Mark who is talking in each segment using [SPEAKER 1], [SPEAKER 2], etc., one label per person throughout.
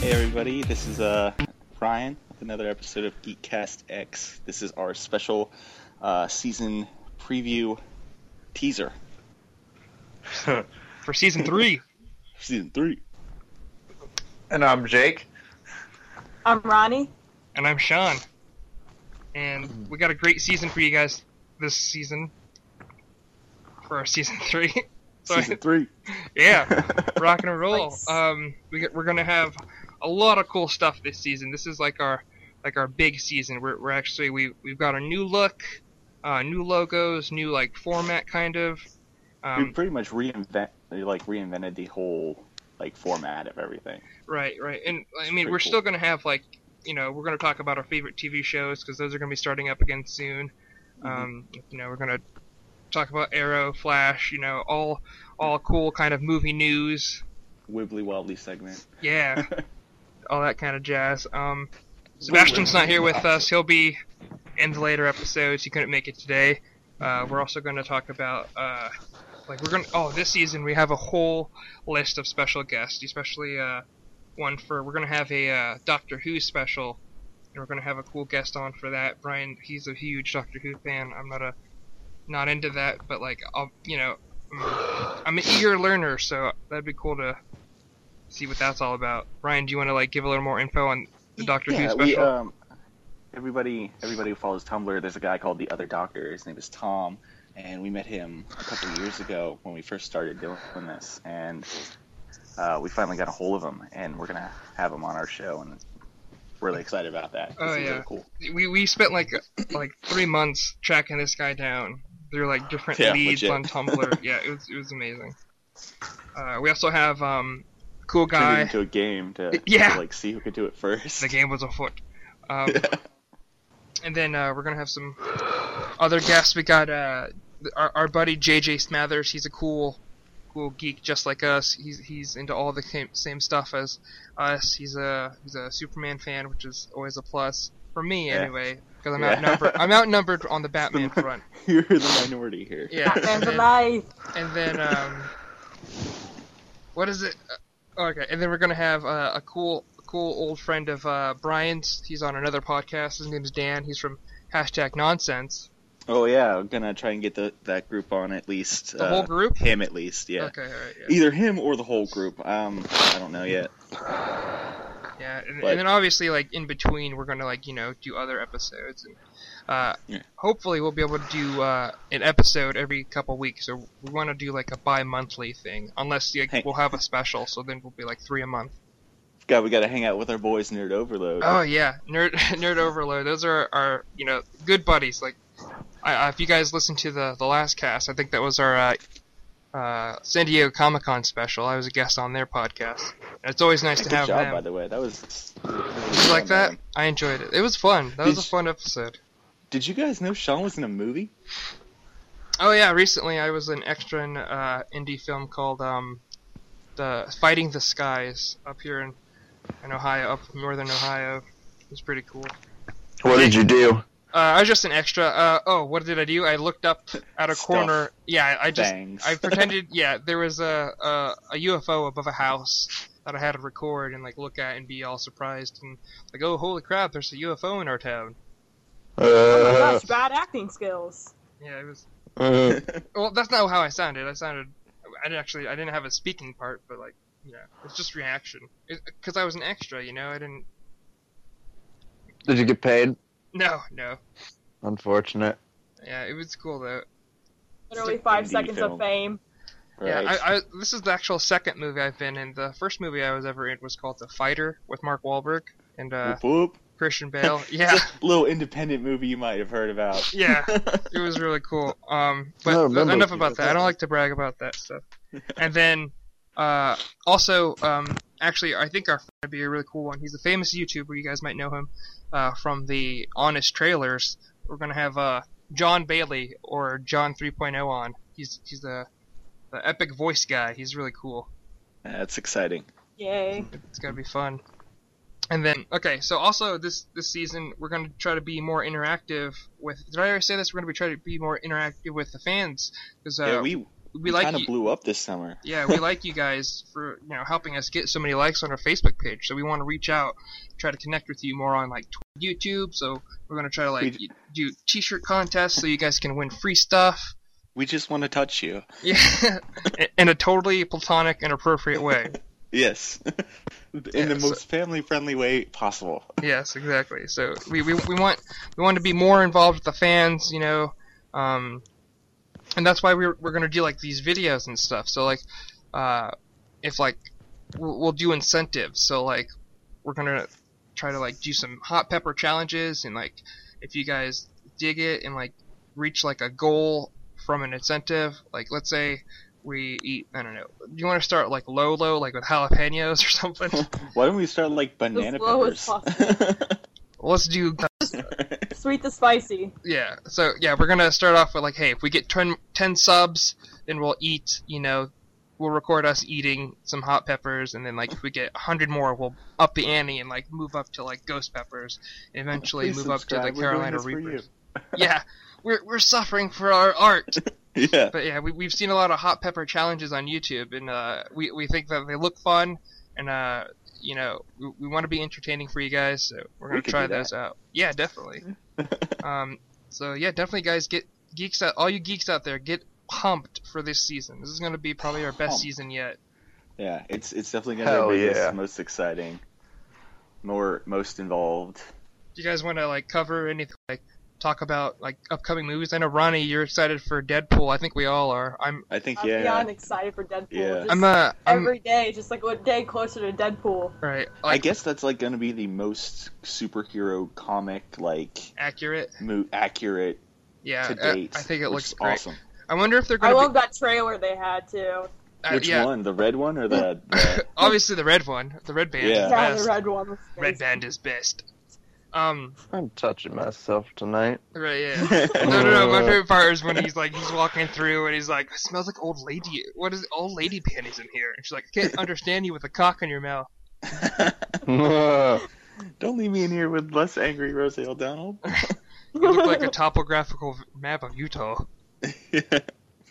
[SPEAKER 1] Hey everybody, this is uh, Ryan with another episode of Geekcast X. This is our special uh, season preview teaser
[SPEAKER 2] for season three.
[SPEAKER 1] for season three.
[SPEAKER 3] And I'm Jake.
[SPEAKER 4] I'm Ronnie.
[SPEAKER 2] and I'm Sean. And we got a great season for you guys this season for our season three. So
[SPEAKER 1] Season three.
[SPEAKER 2] yeah, rock and roll.
[SPEAKER 4] Nice.
[SPEAKER 2] Um, we get, we're gonna have a lot of cool stuff this season. This is like our like our big season. We're, we're actually we we've got a new look, uh, new logos, new like format kind of.
[SPEAKER 1] we
[SPEAKER 2] Um,
[SPEAKER 1] pretty much reinvent, like reinvented the whole like format of everything.
[SPEAKER 2] Right, right, and I mean
[SPEAKER 1] pretty
[SPEAKER 2] we're
[SPEAKER 1] cool.
[SPEAKER 2] still gonna have like you know we're gonna talk about our favorite TV shows because those are gonna be starting up again soon.
[SPEAKER 1] Mm-hmm.
[SPEAKER 2] Um, you know we're gonna talk about Arrow, Flash, you know all all cool kind of movie news,
[SPEAKER 1] Wibbly wobbly segment.
[SPEAKER 2] yeah, all that kind of jazz. Um, Sebastian's not here with us; he'll be in the later episodes. He couldn't make it today. Uh, we're also gonna talk about uh, like we're gonna oh this season we have a whole list of special guests, especially uh one for we're gonna have a uh, Doctor Who special, and we're gonna have a cool guest on for that. Brian, he's a huge Doctor Who fan. I'm not a not into that, but like I'll you know I'm, I'm an eager learner, so that'd be cool to see what that's all about. Brian, do you want to like give a little more info on the Doctor Who
[SPEAKER 1] yeah,
[SPEAKER 2] special?
[SPEAKER 1] we um, everybody everybody who follows Tumblr, there's a guy called the Other Doctor. His name is Tom, and we met him a couple of years ago when we first started doing this, and uh, we finally got a hold of him, and we're gonna have him on our show, and really excited about that. 'cause
[SPEAKER 2] Oh,
[SPEAKER 1] he's
[SPEAKER 2] yeah.
[SPEAKER 1] really cool.
[SPEAKER 2] we we spent like uh, like three months tracking this guy down through like different
[SPEAKER 1] Yeah,
[SPEAKER 2] leads
[SPEAKER 1] legit.
[SPEAKER 2] on Tumblr. yeah, it was it was amazing. Uh, we also have um, cool
[SPEAKER 1] Turned it
[SPEAKER 2] guy.
[SPEAKER 1] into a game to,
[SPEAKER 2] Yeah.
[SPEAKER 1] to, like see who could do it first.
[SPEAKER 2] The game was afoot. Um, and then uh, we're gonna have some other guests. We got uh, our our buddy JJ Smathers. He's a cool cool geek just like us. He's he's into all the same, same stuff as us. He's a he's a Superman fan, which is always a plus for me
[SPEAKER 1] Yeah.
[SPEAKER 2] anyway. Because I'm
[SPEAKER 1] Yeah.
[SPEAKER 2] outnumbered. I'm outnumbered on the Batman front.
[SPEAKER 1] You're the minority here.
[SPEAKER 2] Yeah.
[SPEAKER 4] Man's
[SPEAKER 2] and-
[SPEAKER 4] alive.
[SPEAKER 2] and then um, what is it? Uh, okay, and then we're gonna have uh, a cool, cool old friend of uh, Brian's. He's on another podcast. His name's Dan. He's from hashtag Nonsense.
[SPEAKER 1] Oh yeah, I'm gonna try and get the, that group on at least. uh,
[SPEAKER 2] The whole group?
[SPEAKER 1] Him at least. Yeah.
[SPEAKER 2] Okay, all right, yeah.
[SPEAKER 1] Either him or the whole group. Um, I don't know yet.
[SPEAKER 2] yeah. And,
[SPEAKER 1] But-
[SPEAKER 2] and then obviously, like in between, we're gonna like you know do other episodes. And, uh,
[SPEAKER 1] Yeah.
[SPEAKER 2] Hopefully, we'll be able to do uh, an episode every couple weeks. So we want to do like a bi-monthly thing, unless like,
[SPEAKER 1] Hey.
[SPEAKER 2] we'll have a special. So then we'll be like three a month.
[SPEAKER 1] God, we gotta hang out with our boys, Nerd Overload.
[SPEAKER 2] Oh yeah, nerd nerd overload. Those are our you know good buddies. Like, I, I, if you guys listened to the the last cast, I think that was our uh, uh, San Diego Comic Con special. I was a guest on their podcast. And it's always nice
[SPEAKER 1] Good
[SPEAKER 2] to have
[SPEAKER 1] job,
[SPEAKER 2] them.
[SPEAKER 1] by the way. That was.
[SPEAKER 2] Did you like that? I enjoyed it. It was fun. That was a
[SPEAKER 1] Did-
[SPEAKER 2] fun episode.
[SPEAKER 1] Did you guys know Sean was in a movie?
[SPEAKER 2] Oh yeah, recently I was an extra in uh, indie film called um, the Fighting the Skies up here in in Ohio, up northern Ohio. It was pretty cool.
[SPEAKER 3] What did you do?
[SPEAKER 2] Uh, I was just an extra. Uh, oh, what did I do? I looked up at a
[SPEAKER 1] Stuff.
[SPEAKER 2] corner. Yeah, I- I just
[SPEAKER 1] Bangs.
[SPEAKER 2] I pretended. Yeah, there was a, a a UFO above a house that I had to record and like look at and be all surprised and like, oh, holy crap, there's a UFO in our town.
[SPEAKER 3] Uh,
[SPEAKER 4] Gosh, bad acting skills.
[SPEAKER 2] Yeah, it was.
[SPEAKER 3] uh,
[SPEAKER 2] Well, that's not how I sounded. I sounded. I didn't actually. I didn't have a speaking part, but like, you know, it's just reaction. Because I was an extra, you know. I didn't.
[SPEAKER 3] did you get paid?
[SPEAKER 2] No, no.
[SPEAKER 3] Unfortunate.
[SPEAKER 2] Yeah, it was cool though.
[SPEAKER 4] Literally five
[SPEAKER 1] Indie
[SPEAKER 4] seconds
[SPEAKER 1] film.
[SPEAKER 4] of fame.
[SPEAKER 2] Yeah, I, I, this is the actual second movie I've been in. The first movie I was ever in was called The Fighter with Mark Wahlberg and uh,
[SPEAKER 1] Whoop, whoop.
[SPEAKER 2] Christian Bale. Yeah,
[SPEAKER 1] Little independent movie you might have heard about.
[SPEAKER 2] yeah, it was really cool. Um,
[SPEAKER 3] No, I
[SPEAKER 2] but
[SPEAKER 3] remember.
[SPEAKER 2] enough about that. I don't like to brag about that stuff. And then, uh, also, um, actually, I think our friend would be a really cool one. He's a famous YouTuber. You guys might know him uh, from the Honest Trailers. We're gonna have uh, John Bailey or John 3.0 on. He's he's the the epic voice guy. He's really cool.
[SPEAKER 1] That's exciting.
[SPEAKER 4] Yay.
[SPEAKER 2] It's gonna be fun. And then, okay, so also this this season we're gonna try to be more interactive with. Did I already say this? We're gonna be trying to be more interactive with the fans because uh,
[SPEAKER 1] yeah, we we,
[SPEAKER 2] we like
[SPEAKER 1] kind of
[SPEAKER 2] you,
[SPEAKER 1] blew up this summer.
[SPEAKER 2] yeah we like you guys for you know helping us get so many likes on our Facebook page. So we want to reach out, try to connect with you more on like Tw- YouTube. So we're gonna try to like
[SPEAKER 1] We-
[SPEAKER 2] do T-shirt contests so you guys can win free stuff.
[SPEAKER 1] We just want to touch you.
[SPEAKER 2] Yeah, in a totally platonic and appropriate way.
[SPEAKER 1] Yes, in
[SPEAKER 2] Yeah,
[SPEAKER 1] the
[SPEAKER 2] so-
[SPEAKER 1] most family-friendly way possible.
[SPEAKER 2] Yes, exactly. So we, we, we want we want to be more involved with the fans, you know, um, and that's why we're we're gonna do like these videos and stuff. So like, uh, if like we'll, we'll do incentives. So like we're gonna try to like do some hot pepper challenges and like if you guys dig it and like reach like a goal from an incentive, like let's say we eat I don't know. Do you want to start like low low like with jalapenos or something?
[SPEAKER 1] Why don't we start like banana
[SPEAKER 4] As low as
[SPEAKER 1] peppers?
[SPEAKER 2] well, let's do
[SPEAKER 4] Sweet to spicy.
[SPEAKER 2] Yeah. So yeah, we're gonna start off with like, hey, if we get 10, 10 subs, then we'll eat. You know, we'll record us eating some hot peppers, and then like if we get hundred more, we'll up the ante and like move up to like ghost peppers, and eventually
[SPEAKER 1] Please
[SPEAKER 2] move up to the
[SPEAKER 1] subscribe. We're doing
[SPEAKER 2] Carolina
[SPEAKER 1] this for you.
[SPEAKER 2] Reapers. yeah, we're we're suffering for our art.
[SPEAKER 1] Yeah.
[SPEAKER 2] But yeah, we, we've seen a lot of hot pepper challenges on YouTube, and uh, we we think that they look fun, and uh, you know, we, we want to be entertaining for you guys, so we're gonna
[SPEAKER 1] could
[SPEAKER 2] try
[SPEAKER 1] do that.
[SPEAKER 2] those out. Yeah, definitely. um, so yeah, definitely, guys, get geeks out, all you geeks out there, get pumped for this season. This is gonna be probably our best
[SPEAKER 1] Pumped.
[SPEAKER 2] season yet.
[SPEAKER 1] Yeah, it's it's definitely gonna
[SPEAKER 3] Hell
[SPEAKER 1] be the
[SPEAKER 3] yeah.
[SPEAKER 1] biggest, most exciting, more most involved.
[SPEAKER 2] Do you guys want to like cover anything like? Talk about like upcoming movies. I know Ronnie, you're excited for Deadpool. I think we all are. I'm.
[SPEAKER 1] I think
[SPEAKER 4] I'm
[SPEAKER 1] yeah.
[SPEAKER 4] beyond excited for Deadpool.
[SPEAKER 1] Yeah.
[SPEAKER 4] Just
[SPEAKER 2] I'm. Uh, I'm.
[SPEAKER 4] every day, just like a day closer to Deadpool.
[SPEAKER 2] Right.
[SPEAKER 1] I
[SPEAKER 2] Like
[SPEAKER 1] guess that's like gonna be the most superhero comic like
[SPEAKER 2] accurate.
[SPEAKER 1] mo- accurate
[SPEAKER 2] Yeah.
[SPEAKER 1] to
[SPEAKER 2] I-
[SPEAKER 1] date.
[SPEAKER 2] I, think it
[SPEAKER 1] which
[SPEAKER 2] looks
[SPEAKER 1] is
[SPEAKER 2] great.
[SPEAKER 1] awesome.
[SPEAKER 2] I wonder if they're
[SPEAKER 4] I
[SPEAKER 2] gonna. be,
[SPEAKER 4] love that trailer they had too.
[SPEAKER 2] Uh,
[SPEAKER 1] Which
[SPEAKER 2] yeah,
[SPEAKER 1] one? The red one or the, the
[SPEAKER 2] obviously the red one, the red band.
[SPEAKER 1] Yeah.
[SPEAKER 2] is
[SPEAKER 4] Yeah,
[SPEAKER 2] best.
[SPEAKER 4] the red one. was
[SPEAKER 2] Red
[SPEAKER 4] amazing.
[SPEAKER 2] band is best. Um,
[SPEAKER 3] I'm touching myself tonight.
[SPEAKER 2] right, yeah. No, no, no. My favorite part is when he's like, he's walking through and he's like, it smells like old lady. What is old lady panties in here? And she's like, I can't understand you with a cock in your mouth.
[SPEAKER 3] Oh,
[SPEAKER 1] Don't leave me in here with less angry Rosie O'Donnell.
[SPEAKER 2] You look like a topographical v- map of Utah.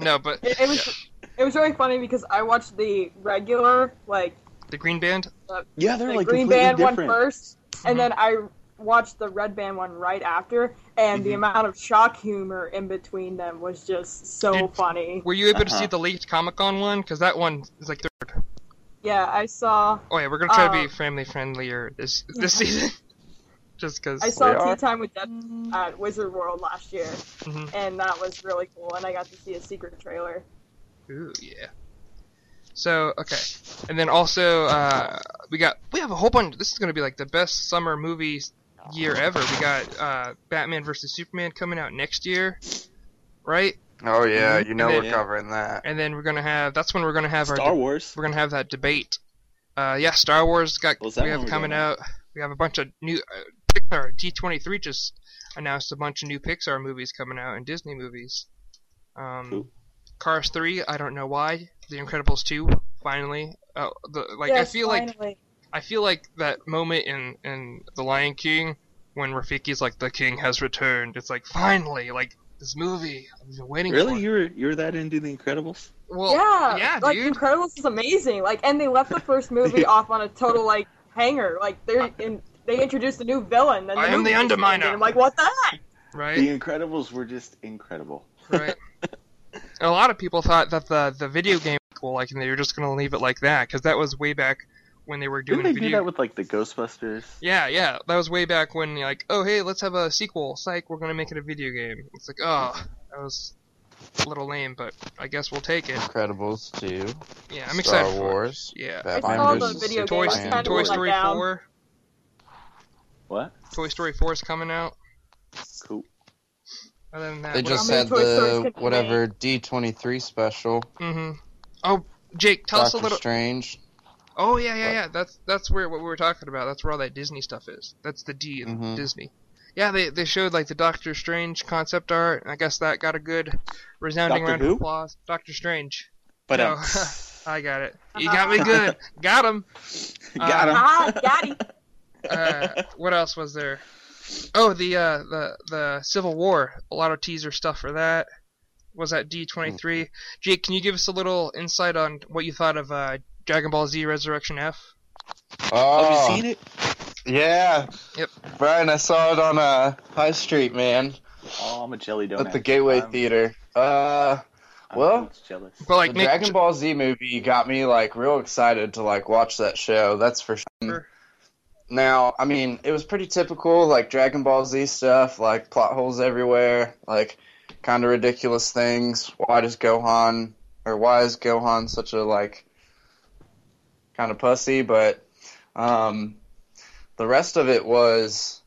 [SPEAKER 2] No, but
[SPEAKER 4] It, it was. It was really funny because I watched the regular, like
[SPEAKER 2] the green band.
[SPEAKER 1] yeah, they're
[SPEAKER 4] the
[SPEAKER 1] like
[SPEAKER 4] green
[SPEAKER 1] completely
[SPEAKER 4] band one
[SPEAKER 1] different.
[SPEAKER 4] first,
[SPEAKER 2] Mm-hmm.
[SPEAKER 4] and then I watched the red band one right after, and the
[SPEAKER 1] Mm-hmm.
[SPEAKER 4] amount of shock humor in between them was just so
[SPEAKER 2] Dude.
[SPEAKER 4] funny.
[SPEAKER 2] Were you able to see
[SPEAKER 1] Uh-huh.
[SPEAKER 2] the leaked Comic Con one? Because that one is like, third.
[SPEAKER 4] Yeah, I saw.
[SPEAKER 2] oh yeah, we're gonna try to
[SPEAKER 4] Um,
[SPEAKER 2] be family friendlier this this season. Just because.
[SPEAKER 4] I saw
[SPEAKER 3] are.
[SPEAKER 4] Tea Time with Deadpool at Wizard World last year,
[SPEAKER 2] Mhm.
[SPEAKER 4] and that was really cool. And I got to see a secret trailer.
[SPEAKER 2] Ooh yeah. So okay, and then also uh, we got we have a whole bunch. This is gonna be like the best summer movie year ever. We got uh, Batman versus Superman coming out next year, right?
[SPEAKER 3] Oh yeah, you know
[SPEAKER 2] And
[SPEAKER 3] we're
[SPEAKER 1] then-
[SPEAKER 3] covering that.
[SPEAKER 2] And then we're gonna have that's when we're gonna have our
[SPEAKER 1] Star
[SPEAKER 2] de-
[SPEAKER 1] Wars.
[SPEAKER 2] we're gonna have that debate. Uh, yeah, Star Wars got
[SPEAKER 1] What's that
[SPEAKER 2] we
[SPEAKER 1] one
[SPEAKER 2] have
[SPEAKER 1] we're
[SPEAKER 2] coming
[SPEAKER 1] doing?
[SPEAKER 2] out. We have a bunch of new uh, Pixar. D23 just announced a bunch of new Pixar movies coming out and Disney movies. Um,
[SPEAKER 1] Cool.
[SPEAKER 2] Cars 3, I don't know why. The Incredibles 2, finally. Uh, the, like I feel like I feel like that moment in in The Lion King when Rafiki's like the king has returned. It's like finally, like this movie I've been waiting for.
[SPEAKER 1] Really, you were you were that into The Incredibles?
[SPEAKER 2] Well,
[SPEAKER 4] yeah,
[SPEAKER 2] yeah,
[SPEAKER 4] like
[SPEAKER 2] dude.
[SPEAKER 4] Incredibles is amazing. Like, and they left the first movie off on a total like hanger. Like they're in. They introduced a new villain. And
[SPEAKER 2] Uh, I am the
[SPEAKER 4] movie just
[SPEAKER 2] Underminer.
[SPEAKER 4] ended. I'm like, what the heck?
[SPEAKER 2] Right?
[SPEAKER 1] The Incredibles were just incredible.
[SPEAKER 2] right? a lot of people thought that the the video game was cool, like, and they were just gonna leave it like that, because that was way back when they were doing
[SPEAKER 1] Didn't they
[SPEAKER 2] video.
[SPEAKER 1] do that with like the Ghostbusters?
[SPEAKER 2] yeah, yeah, that was way back when you're like, oh hey, let's have a sequel. Psych, we're gonna make it a video game. It's like, oh, that was a little lame, but I guess we'll take it.
[SPEAKER 3] Incredibles 2,
[SPEAKER 2] Yeah, I'm
[SPEAKER 3] Star
[SPEAKER 2] excited. for it.
[SPEAKER 3] Wars,
[SPEAKER 2] Yeah.
[SPEAKER 4] I
[SPEAKER 3] Batman
[SPEAKER 4] saw the
[SPEAKER 3] versus
[SPEAKER 4] video game.
[SPEAKER 2] Toy,
[SPEAKER 4] It's
[SPEAKER 3] Superman.
[SPEAKER 4] kinda
[SPEAKER 2] Toy
[SPEAKER 4] let
[SPEAKER 2] Story
[SPEAKER 4] down.
[SPEAKER 2] Four.
[SPEAKER 1] What?
[SPEAKER 2] Toy Story 4 is coming out.
[SPEAKER 1] Cool.
[SPEAKER 2] Other than that,
[SPEAKER 3] They
[SPEAKER 2] what-
[SPEAKER 3] just
[SPEAKER 4] many
[SPEAKER 3] had
[SPEAKER 4] Toy Stories
[SPEAKER 3] the
[SPEAKER 4] could you
[SPEAKER 3] whatever D twenty three special.
[SPEAKER 2] Mhm. Oh, Jake, tell us a
[SPEAKER 3] Doctor
[SPEAKER 2] little.
[SPEAKER 3] Strange.
[SPEAKER 2] Oh yeah, yeah,
[SPEAKER 3] What?
[SPEAKER 2] yeah. That's that's where what we were talking about. That's where all that Disney stuff is. That's the D in
[SPEAKER 3] Mhm.
[SPEAKER 2] Disney. Yeah, they they showed like the Doctor Strange concept art, and I guess that got a good resounding
[SPEAKER 1] Doctor
[SPEAKER 2] round
[SPEAKER 1] who?
[SPEAKER 2] of applause. Doctor Strange.
[SPEAKER 1] But
[SPEAKER 2] No.
[SPEAKER 1] um,
[SPEAKER 2] I got it. You got me good. got him.
[SPEAKER 1] got him.
[SPEAKER 4] Ah, daddy.
[SPEAKER 2] Uh, what else was there? Oh, the uh, the the Civil War. A lot of teaser stuff for that. Was that D twenty three? Jake, can you give us a little insight on what you thought of uh, Dragon Ball Z Resurrection F?
[SPEAKER 3] Oh,
[SPEAKER 1] Have you seen it?
[SPEAKER 3] yeah.
[SPEAKER 2] Yep.
[SPEAKER 3] Brian, I saw it on uh, High Street, man,
[SPEAKER 1] Oh, I'm a jelly donut.
[SPEAKER 3] at the Gateway
[SPEAKER 1] I'm-
[SPEAKER 3] Theater. Uh,
[SPEAKER 1] I'm
[SPEAKER 3] Well-
[SPEAKER 1] jealous.
[SPEAKER 2] But like,
[SPEAKER 3] the
[SPEAKER 2] make-
[SPEAKER 3] Dragon Ball Z movie got me like real excited to like watch that show. That's for sure.
[SPEAKER 2] Sure.
[SPEAKER 3] Now, I mean, it was pretty typical, like Dragon Ball Z stuff, like plot holes everywhere, like kind of ridiculous things. Why does Gohan or why is Gohan such a like kind of pussy? But um, the rest of it was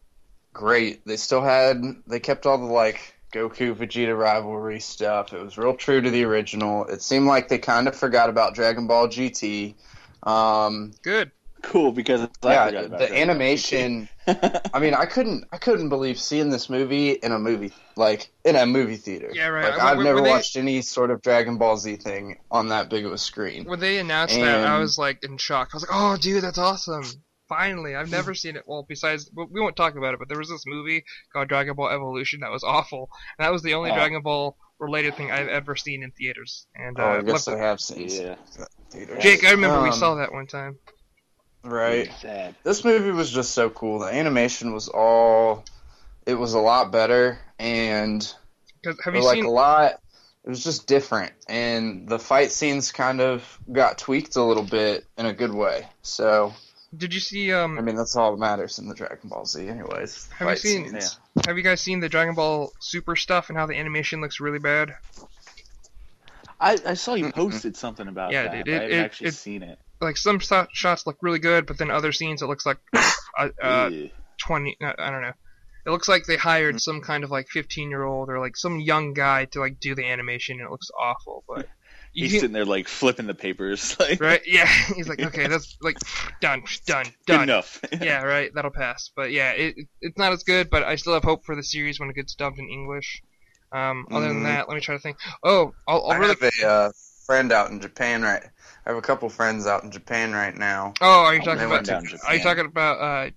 [SPEAKER 3] great. They still had they kept all the like Goku Vegeta rivalry stuff. It was real true to the original. It seemed like they kind of forgot about Dragon Ball GT. Um,
[SPEAKER 2] good.
[SPEAKER 1] Cool, because I forgot
[SPEAKER 3] yeah,
[SPEAKER 1] about
[SPEAKER 3] the
[SPEAKER 1] that.
[SPEAKER 3] animation. I mean, I couldn't I couldn't believe seeing this movie in a movie like in a movie theater.
[SPEAKER 2] Yeah, right.
[SPEAKER 3] Like,
[SPEAKER 2] Were-
[SPEAKER 3] I've
[SPEAKER 2] were
[SPEAKER 3] never
[SPEAKER 2] they-
[SPEAKER 3] watched any sort of Dragon Ball Z thing on that big of a screen.
[SPEAKER 2] When they announced that, I
[SPEAKER 3] And-
[SPEAKER 2] was like in shock. I was like, "Oh, dude, that's awesome! Finally, I've never seen it." Well, besides, we we won't talk about it, but there was this movie called Dragon Ball Evolution that was awful, and that was the only
[SPEAKER 3] Oh.
[SPEAKER 2] Dragon Ball related thing I've ever seen in theaters. And uh,
[SPEAKER 3] Oh, I
[SPEAKER 2] loved
[SPEAKER 3] guess I
[SPEAKER 2] it.
[SPEAKER 3] have seen.
[SPEAKER 1] Yeah.
[SPEAKER 3] theaters.
[SPEAKER 2] Jake, I remember we
[SPEAKER 3] Um,
[SPEAKER 2] saw that one time.
[SPEAKER 3] Right.
[SPEAKER 1] Sad.
[SPEAKER 3] this movie was just so cool. The animation was all it was a lot better and
[SPEAKER 2] 'Cause have
[SPEAKER 3] or,
[SPEAKER 2] you
[SPEAKER 3] like
[SPEAKER 2] seen?
[SPEAKER 3] a lot it was just different and the fight scenes kind of got tweaked a little bit in a good way. So
[SPEAKER 2] Did you see? Um,
[SPEAKER 3] I mean that's all that matters in the Dragon Ball Z anyways.
[SPEAKER 2] Have you
[SPEAKER 3] fight
[SPEAKER 2] seen-
[SPEAKER 3] scenes.
[SPEAKER 2] have you guys seen the Dragon Ball Super stuff and how the animation looks really bad?
[SPEAKER 1] I, I saw you posted something about
[SPEAKER 2] Yeah,
[SPEAKER 1] that.
[SPEAKER 2] it- it-
[SPEAKER 1] I haven't
[SPEAKER 2] it-
[SPEAKER 1] actually
[SPEAKER 2] it-
[SPEAKER 1] seen it.
[SPEAKER 2] Like some so- shots look really good, but then other scenes it looks like uh, uh,
[SPEAKER 1] Ew.
[SPEAKER 2] 20 uh, i don't know it looks like they
[SPEAKER 1] Hmm.
[SPEAKER 2] hired some kind of like 15 year old or like some young guy to like do the animation and it looks awful but you
[SPEAKER 1] He's
[SPEAKER 2] can-
[SPEAKER 1] sitting there like flipping the papers, like
[SPEAKER 2] right yeah he's like okay that's like done done
[SPEAKER 1] good
[SPEAKER 2] done
[SPEAKER 1] enough.
[SPEAKER 2] yeah right that'll pass but yeah it, it- it's not as good but i still have hope for the series when it gets dubbed in english um, other
[SPEAKER 1] Mm-hmm.
[SPEAKER 2] than
[SPEAKER 3] Mhm.
[SPEAKER 2] that let me try to think oh i'll, I'll
[SPEAKER 3] I
[SPEAKER 2] really
[SPEAKER 3] have a uh, friend out in Japan right I have a couple friends out in Japan right now.
[SPEAKER 2] oh are you
[SPEAKER 1] They
[SPEAKER 2] talking
[SPEAKER 3] went
[SPEAKER 1] down
[SPEAKER 2] about are
[SPEAKER 1] Japan.
[SPEAKER 2] you talking about uh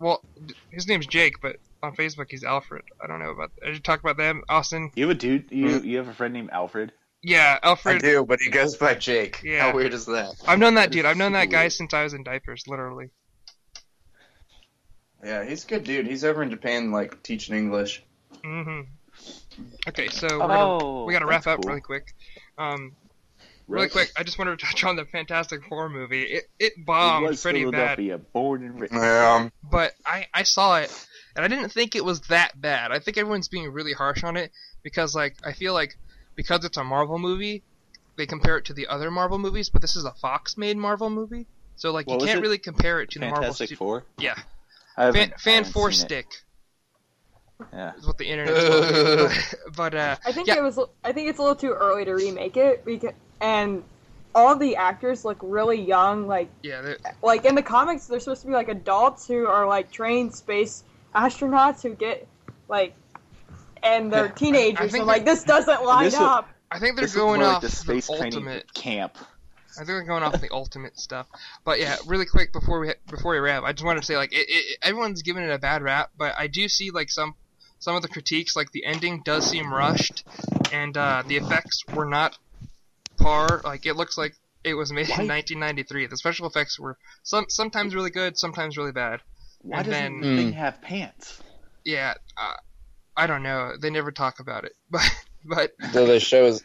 [SPEAKER 2] well d- his name's jake but on facebook he's alfred i don't know about did you talk about them austin
[SPEAKER 1] You have a dude.
[SPEAKER 2] Mm-hmm.
[SPEAKER 1] You you have a friend named Alfred.
[SPEAKER 2] yeah alfred
[SPEAKER 3] I do, but he goes by Jake.
[SPEAKER 2] Yeah.
[SPEAKER 3] How weird is that?
[SPEAKER 2] I've known that
[SPEAKER 1] That
[SPEAKER 2] dude.
[SPEAKER 1] is
[SPEAKER 2] I've known
[SPEAKER 1] super
[SPEAKER 2] that guy
[SPEAKER 1] weird.
[SPEAKER 2] since I was in diapers, literally.
[SPEAKER 3] Yeah, he's a good dude. He's over in Japan like teaching English.
[SPEAKER 2] hmm Okay, so we're gonna, Oh,
[SPEAKER 1] Oh,
[SPEAKER 2] we got to wrap up really quick. Um, really quick, I just wanted to touch on the Fantastic Four movie. It it bombed
[SPEAKER 1] was
[SPEAKER 2] pretty Um, bad,
[SPEAKER 1] Philadelphia, born and raised.
[SPEAKER 3] Yeah.
[SPEAKER 2] but I I saw it and I didn't think it was that bad. I think everyone's being really harsh on it because like I feel like because it's a Marvel movie, they compare it to the other Marvel movies, but this is a Fox made Marvel movie, so like
[SPEAKER 1] What
[SPEAKER 2] you
[SPEAKER 1] was
[SPEAKER 2] can't
[SPEAKER 1] it?
[SPEAKER 2] really compare it to the Marvel.
[SPEAKER 1] Fantastic
[SPEAKER 2] stu-
[SPEAKER 1] Four.
[SPEAKER 2] Yeah,
[SPEAKER 1] I haven't-
[SPEAKER 2] fan,
[SPEAKER 1] I
[SPEAKER 2] fan
[SPEAKER 1] haven't
[SPEAKER 2] four
[SPEAKER 1] seen it.
[SPEAKER 2] stick.
[SPEAKER 1] Yeah.
[SPEAKER 2] is what the internet's called. but uh,
[SPEAKER 4] I think
[SPEAKER 2] Yeah.
[SPEAKER 4] it was. I think it's a little too early to remake it because, and all the actors look really young. Like
[SPEAKER 2] yeah, the-
[SPEAKER 4] like in the comics, they're supposed to be like adults who are like trained space astronauts who get like, and they're teenagers.
[SPEAKER 2] think
[SPEAKER 4] and like this doesn't line
[SPEAKER 1] This is-
[SPEAKER 4] up.
[SPEAKER 2] I think they're
[SPEAKER 1] This is
[SPEAKER 2] going
[SPEAKER 1] more
[SPEAKER 2] off
[SPEAKER 1] like the space training
[SPEAKER 2] ultimate.
[SPEAKER 1] camp.
[SPEAKER 2] I think they're going off the ultimate stuff. But yeah, really quick before we before we wrap, I just wanted to say like it, it, everyone's giving it a bad rap, but I do see like some some of the critiques like the ending does seem rushed, and uh, the effects were not par. Like it looks like it was made in 1993. The special effects were some sometimes really good, sometimes really bad.
[SPEAKER 1] Why
[SPEAKER 2] And
[SPEAKER 1] doesn't
[SPEAKER 2] then- Hmm.
[SPEAKER 1] the thing have pants?
[SPEAKER 2] Yeah, uh, I don't know. They never talk about it, but but
[SPEAKER 3] So they show his.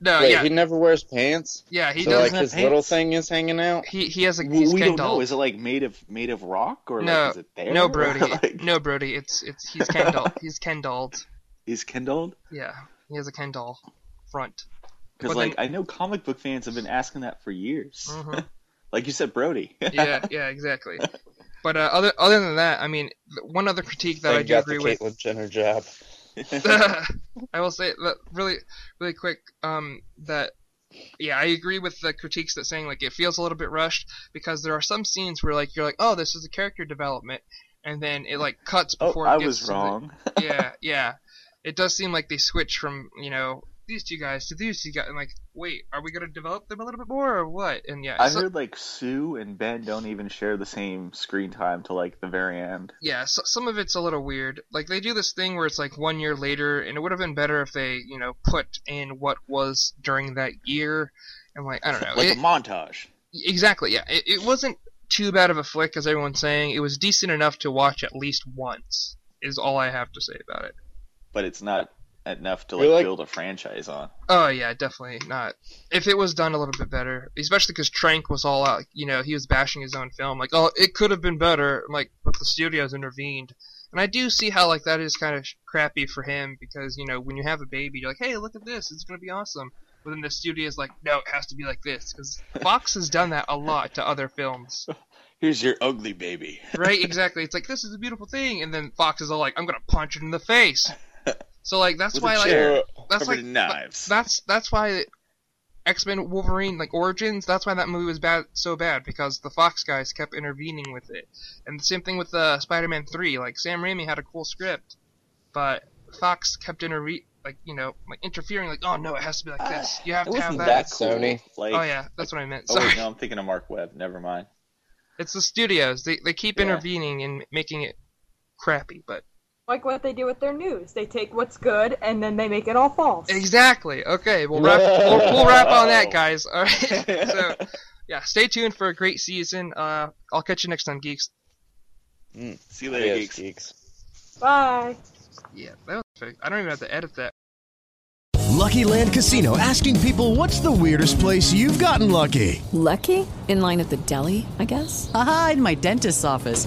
[SPEAKER 2] no,
[SPEAKER 3] Wait,
[SPEAKER 2] yeah,
[SPEAKER 3] he never wears pants.
[SPEAKER 2] yeah, he
[SPEAKER 3] so
[SPEAKER 2] does.
[SPEAKER 3] like
[SPEAKER 1] have
[SPEAKER 3] his
[SPEAKER 1] pants.
[SPEAKER 3] little thing is hanging out.
[SPEAKER 2] He he has a
[SPEAKER 1] We
[SPEAKER 2] he's
[SPEAKER 1] we
[SPEAKER 2] Ken
[SPEAKER 1] don't
[SPEAKER 2] doll.
[SPEAKER 1] know. Is it like made of made of rock or
[SPEAKER 2] No.
[SPEAKER 1] like is it there?
[SPEAKER 2] No
[SPEAKER 1] Or,
[SPEAKER 2] Brody,
[SPEAKER 1] like,
[SPEAKER 2] no Brody. It's it's he's Ken doll. He's Ken dolled.
[SPEAKER 1] Is kindled?
[SPEAKER 2] Yeah, he has a Ken doll front.
[SPEAKER 1] Because
[SPEAKER 2] But
[SPEAKER 1] like
[SPEAKER 2] then-
[SPEAKER 1] I know comic book fans have been asking that for years.
[SPEAKER 2] Mhm.
[SPEAKER 1] Like you said, Brody.
[SPEAKER 2] Yeah, yeah, exactly. But uh, other other than that, I mean, th- one other critique that I
[SPEAKER 3] Thank
[SPEAKER 2] do
[SPEAKER 3] God
[SPEAKER 2] agree
[SPEAKER 3] the
[SPEAKER 2] with.
[SPEAKER 3] Caitlyn Jenner jab.
[SPEAKER 2] I will say that really, really quick. Um, that yeah, I agree with the critiques that saying like it feels a little bit rushed because there are some scenes where like you're like, oh, this is a character development, and then it like cuts
[SPEAKER 1] Oh,
[SPEAKER 2] before. it
[SPEAKER 1] I
[SPEAKER 2] gets
[SPEAKER 1] was
[SPEAKER 2] to the-
[SPEAKER 1] wrong.
[SPEAKER 2] yeah, yeah. It does seem like they switch from you know these two guys to these two guys, and like, wait, are we gonna develop them a little bit more or what? And yeah,
[SPEAKER 1] I
[SPEAKER 2] so-
[SPEAKER 1] heard like Sue and Ben don't even share the same screen time till like the very end.
[SPEAKER 2] yeah, so, some of it's a little weird. Like they do this thing where it's like one year later, and it would have been better if they, you know, put in what was during that year, and like I don't know,
[SPEAKER 5] Like
[SPEAKER 2] It-
[SPEAKER 5] a montage.
[SPEAKER 2] exactly. Yeah, it, it wasn't too bad of a flick as everyone's saying. It was decent enough to watch at least once. Is all I have to say about it.
[SPEAKER 1] but it's not enough to
[SPEAKER 3] You're
[SPEAKER 1] like,
[SPEAKER 3] like-
[SPEAKER 1] build a franchise on.
[SPEAKER 2] Oh yeah, definitely not. If it was done a little bit better, especially because Trank was all out, you know, he was bashing his own film, like, oh, it could have been better, like, but the studios intervened, and I do see how like that is kind of crappy for him because you know when you have a baby, you're like, hey, look at this, it's gonna be awesome, but then the studio's like, no, it has to be like this because Fox has done that a lot to other films,
[SPEAKER 5] Here's your ugly baby.
[SPEAKER 2] right? Exactly. It's like this is a beautiful thing, and then Fox is all like, I'm gonna punch it in the face. So like that's
[SPEAKER 5] With
[SPEAKER 2] why
[SPEAKER 5] a
[SPEAKER 2] like
[SPEAKER 5] chair
[SPEAKER 2] that's
[SPEAKER 5] covered
[SPEAKER 2] like
[SPEAKER 5] in knives.
[SPEAKER 2] that's that's why X Men Wolverine like Origins. That's why that movie was bad so bad because the Fox guys kept intervening with it. And the same thing with uh, Spider Man Three. Like Sam Raimi had a cool script, but Fox kept interve like you know like interfering. Like oh no, it has to be like this. You have
[SPEAKER 3] It
[SPEAKER 2] to have
[SPEAKER 3] wasn't
[SPEAKER 2] that.
[SPEAKER 3] that Sony.
[SPEAKER 1] Like,
[SPEAKER 2] Oh yeah, that's what I meant.
[SPEAKER 1] Oh
[SPEAKER 2] Sorry,
[SPEAKER 1] wait, no, I'm thinking of Mark Webb. Never mind.
[SPEAKER 2] it's the studios. They they keep
[SPEAKER 1] Yeah.
[SPEAKER 2] intervening and making it crappy. But
[SPEAKER 4] Like what they do with their news. They take what's good and then they make it all false.
[SPEAKER 2] Exactly. Okay, we'll wrap, we'll, we'll wrap on that, guys. All right. so, yeah, stay tuned for a great season. Uh, I'll catch you next time, geeks.
[SPEAKER 5] See you later,
[SPEAKER 3] Yes,
[SPEAKER 5] geeks.
[SPEAKER 3] geeks.
[SPEAKER 4] Bye.
[SPEAKER 2] Yeah, that was perfect. I don't even have to edit that.
[SPEAKER 6] Lucky Land Casino asking people what's the weirdest place you've gotten lucky?
[SPEAKER 7] Lucky? In line at the deli, I guess?
[SPEAKER 8] Aha, in my dentist's office.